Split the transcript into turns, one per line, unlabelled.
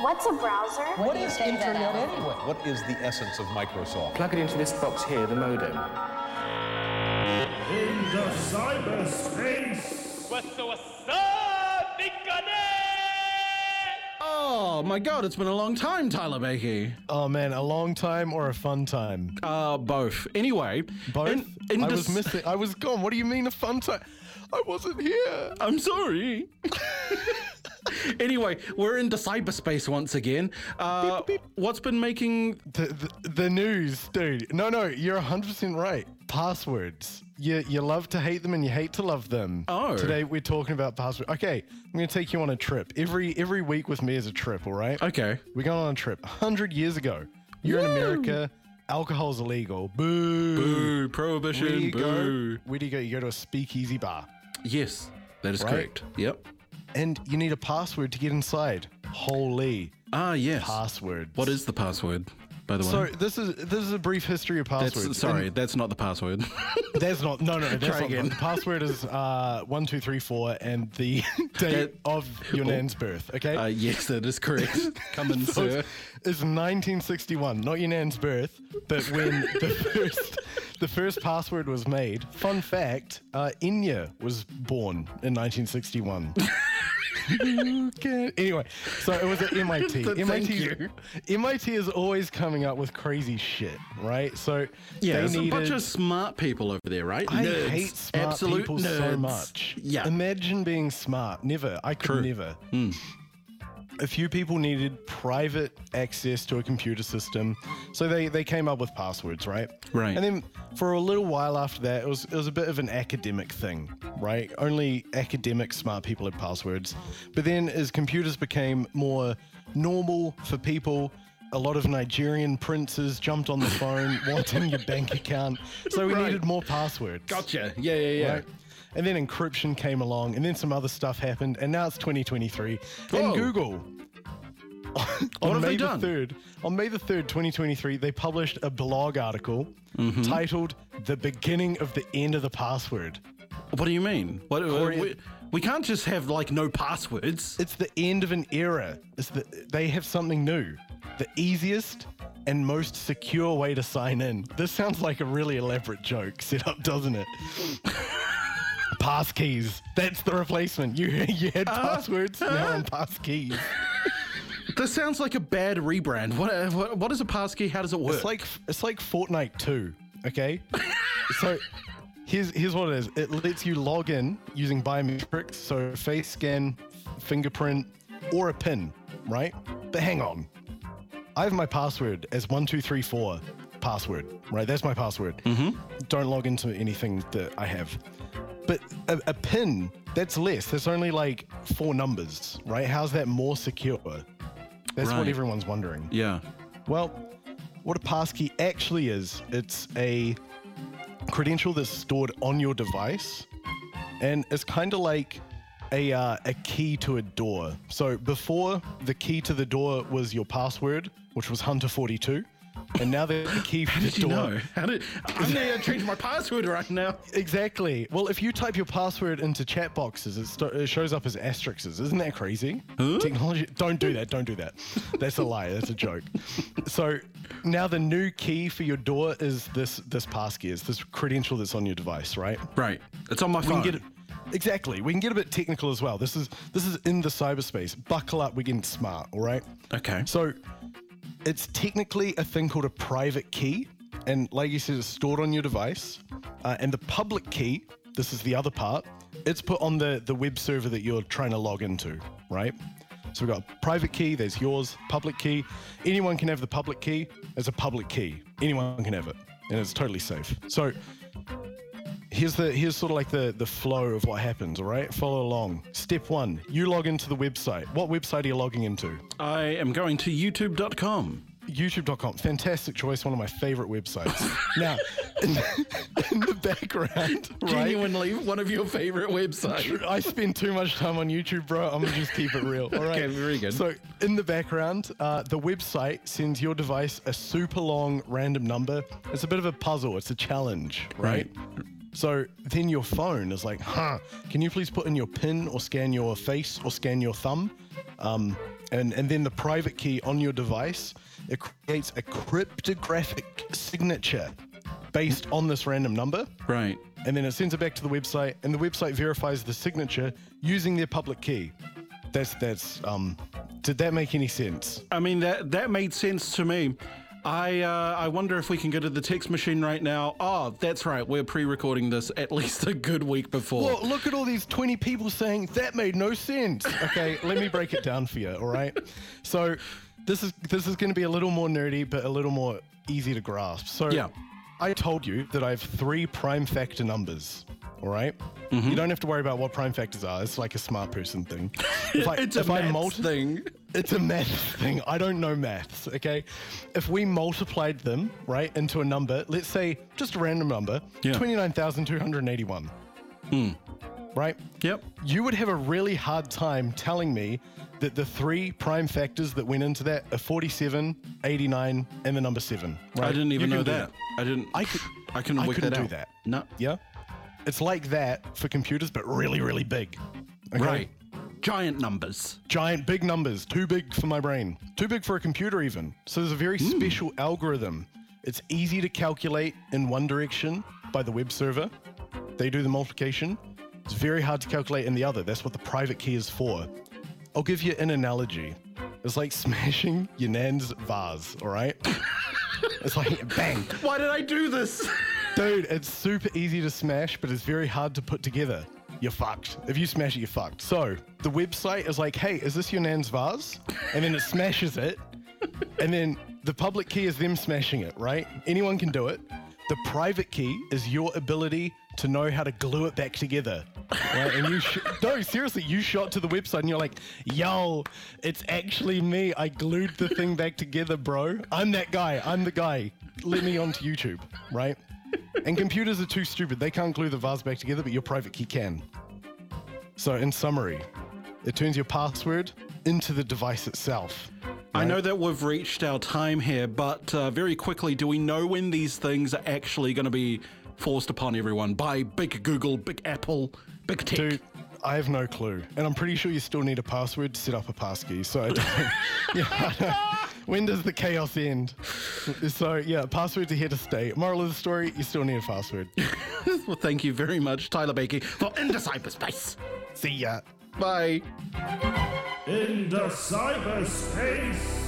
What's a browser?
What is internet anyway?
What is the essence of Microsoft?
Plug it into this box here, the modem.
Into cyberspace!
Questo assai biccone!
Oh my god, it's been a long time, Tyler Bakey.
Oh man, a long time or a fun time?
Uh, both. Anyway,
Both.
in- in
I
this-
was missing. I was gone. What do you mean a fun time? I wasn't here.
I'm sorry. anyway, we're into cyberspace once again. Uh, What's been making?
The, the, the news, dude. No, no, you're 100% right. Passwords. You, you love to hate them and you hate to love them.
Oh.
Today we're talking about passwords. Okay, I'm going to take you on a trip. Every every week with me is a trip, all right?
Okay.
We're going on a trip. 100 years ago. You're in
Woo!
America. Alcohol's illegal. Boo.
Boo!
Where do
Prohibition.
you
Boo!
go? Where do you go? You go to a speakeasy bar.
Yes, that is
Right?
correct. Yep.
And you need a password to get inside. Holy
Ah, yes.
passwords.
What is the password? By the way.
So this is this is a brief history of
That's-
passwords.
sorry, that's not the password.
And There's not no no. That's
Try
not,
again.
The password is uh, one two three four and the date
That-
of your
Oh.
nan's birth. Okay,
uh, yes, that is correct. Come in,
so
sir.
it's, it's 1961, not your nan's birth, but when the first the first password was made. Fun fact: uh, Inya was born in 1961. Okay. Anyway, so it was at MIT.
Thank
MIT, 's-
you.
MIT is always coming up with crazy shit, right? So
Yeah,
they
there's
needed,
a bunch of smart people over there, right?
I
Nerds.
hate smart
Absolute
people
nerds.
so much.
Yeah.
Imagine being smart. Never. I could
True. Hmm.
never. A few people needed private access to a computer system, so they, they came up with passwords, right?
Right.
And then for a little while after that, it was it was a bit of an academic thing, right? Only academic smart people had passwords. But then as computers became more normal for people, a lot of Nigerian princes jumped on the phone wanting your bank account, so we
Right.
needed more passwords.
Gotcha. Yeah, yeah, yeah.
Right? And then encryption came along, and then some other stuff happened, and now it's 2023.
Whoa.
And Google,
What
on
have they
May
done?
the 3rd, on May the 3rd, 2023, they published a blog article
Mm-hmm.
titled The Beginning of the End of the Password.
What do you mean? What, uh,
Corey-
we, we can't just have like no passwords.
It's the end of an era. It's the, they have something new. The easiest and most secure way to sign in. This sounds like a really elaborate joke set up, doesn't it? pass keys. That's the replacement. You, you had passwords, now I'm pass keys.
This sounds like a bad rebrand. What, uh, what, what is a passkey? How does it work?
It's like it's like Fortnite 2, okay? so here's here's what it is. It lets you log in using biometrics, so face scan, fingerprint, or a pin, right? But hang on. I have my password as 1234 password, right? That's my password.
Mm-hmm.
Don't log into anything that I have. But a, a pin, that's less. That's only like four numbers, right? How's that more secure? That's
Right.
what everyone's wondering.
yeah.
Well, what a passkey actually is, it's a credential that's stored on your device, and it's kind of like a uh, a key to a door. So before the key to the door was your password, which was Hunter forty two, and now the key for
How
the
did you
door.
know? How did I'm going to change my password right now.
Exactly. Well, if you type your password into chat boxes, it, sto- it shows up as asterisks. Isn't that crazy? Technology. Don't do that. Don't do that. That's a lie. That's a joke. So now the new key for your door is this this passkey. It's this credential that's on your device, right?
Right. It's on my
We
phone.
can get it. Exactly. We can get a bit technical as well. This is this is in the cyberspace. Buckle up. We're getting smart. All right.
Okay.
So it's technically a thing called a private key. And like you said, it's stored on your device. Uh, and the public key, this is the other part, it's put on the, the web server that you're trying to log into, right? So we've got private key, there's yours, public key. Anyone can have the public key. It's a public key. Anyone can have it. And it's totally safe. So here's the here's sort of like the the flow of what happens, all right? Follow along. Step one, you log into the website. What website are you logging into?
I am going to youtube.com.
YouTube.com, fantastic choice, one of my favorite websites. now, in the, in the background, right?
Genuinely one of your favorite websites.
I spend too much time on YouTube, bro. I'm gonna just keep it real. All right.
Okay, very good.
So, in the background, uh, the website sends your device a super long random number. It's a bit of a puzzle. It's a challenge, right? So then your phone is like, huh? Can you please put in your pin or scan your face or scan your thumb? Um, and and then the private key on your device it creates a cryptographic signature based on this random number
Right.
and then it sends it back to the website and the website verifies the signature using their public key that's that's um did that make any sense
I mean that that made sense to me. I uh, I wonder if we can go to the text machine right now. Oh, that's right. We're pre-recording this at least a good week before.
well look at all these 20 people saying that made no sense okay let me break it down for you all right so this is this is going to be a little more nerdy but a little more easy to grasp so
Yeah.
i told you that i have three prime factor numbers all right?
Mm-hmm.
you don't have to worry about what prime factors are it's like a smart person thing if I,
it's a
if I
maths
multi-
thing.
It's a math thing. I don't know maths, okay? If we multiplied them, right, into a number, let's say just a random number,
Yeah. Hmm.
29,281. Right?
Yep.
You would have a really hard time telling me that the three prime factors that went into that are 47, 89, and the number 7. Right?
I didn't
You
even
can
know
do
that. I didn't.
I could-
I couldn't
I
work
couldn't
that
do
out.
that.
No.
Yeah? It's like that for computers, but really, really big. okay?
Right. Giant numbers.
giant big numbers too big for my brain too big for a computer even so there's a very special algorithm it's easy to calculate in one direction by the web server they do the multiplication it's very hard to calculate in the other that's what the private key is for i'll give you an analogy it's like smashing your nan's vase all right it's like bang
Why did I do this?
Dude, it's super easy to smash, but it's very hard to put together. You're fucked. If you smash it, you're fucked. So the website is like, hey, is this your nan's vase? And then it smashes it. And then the public key is them smashing it, right? Anyone can do it. The private key is your ability to know how to glue it back together. Right? And you, sh- no, seriously, you shot to the website and you're like, yo, it's actually me. I glued the thing back together, bro. I'm that guy. I'm the guy. Let me onto YouTube, right? And computers are too stupid. They can't glue the vase back together, but your private key can. So, in summary, it turns your password into the device itself.
I know that we've reached our time here, but uh, very quickly, do we know when these things are actually going to be forced upon everyone by big Google, big Apple, big tech?
Dude, I have no clue. And I'm pretty sure you still need a password to set up a passkey. So I don't. yeah, I don't- when does the chaos end? So yeah, passwords are here to stay. Moral of the story: you still need a password.
Well, thank you very much, Tyler Bakey, for Into Cyberspace.
See ya.
Bye.
Into cyberspace.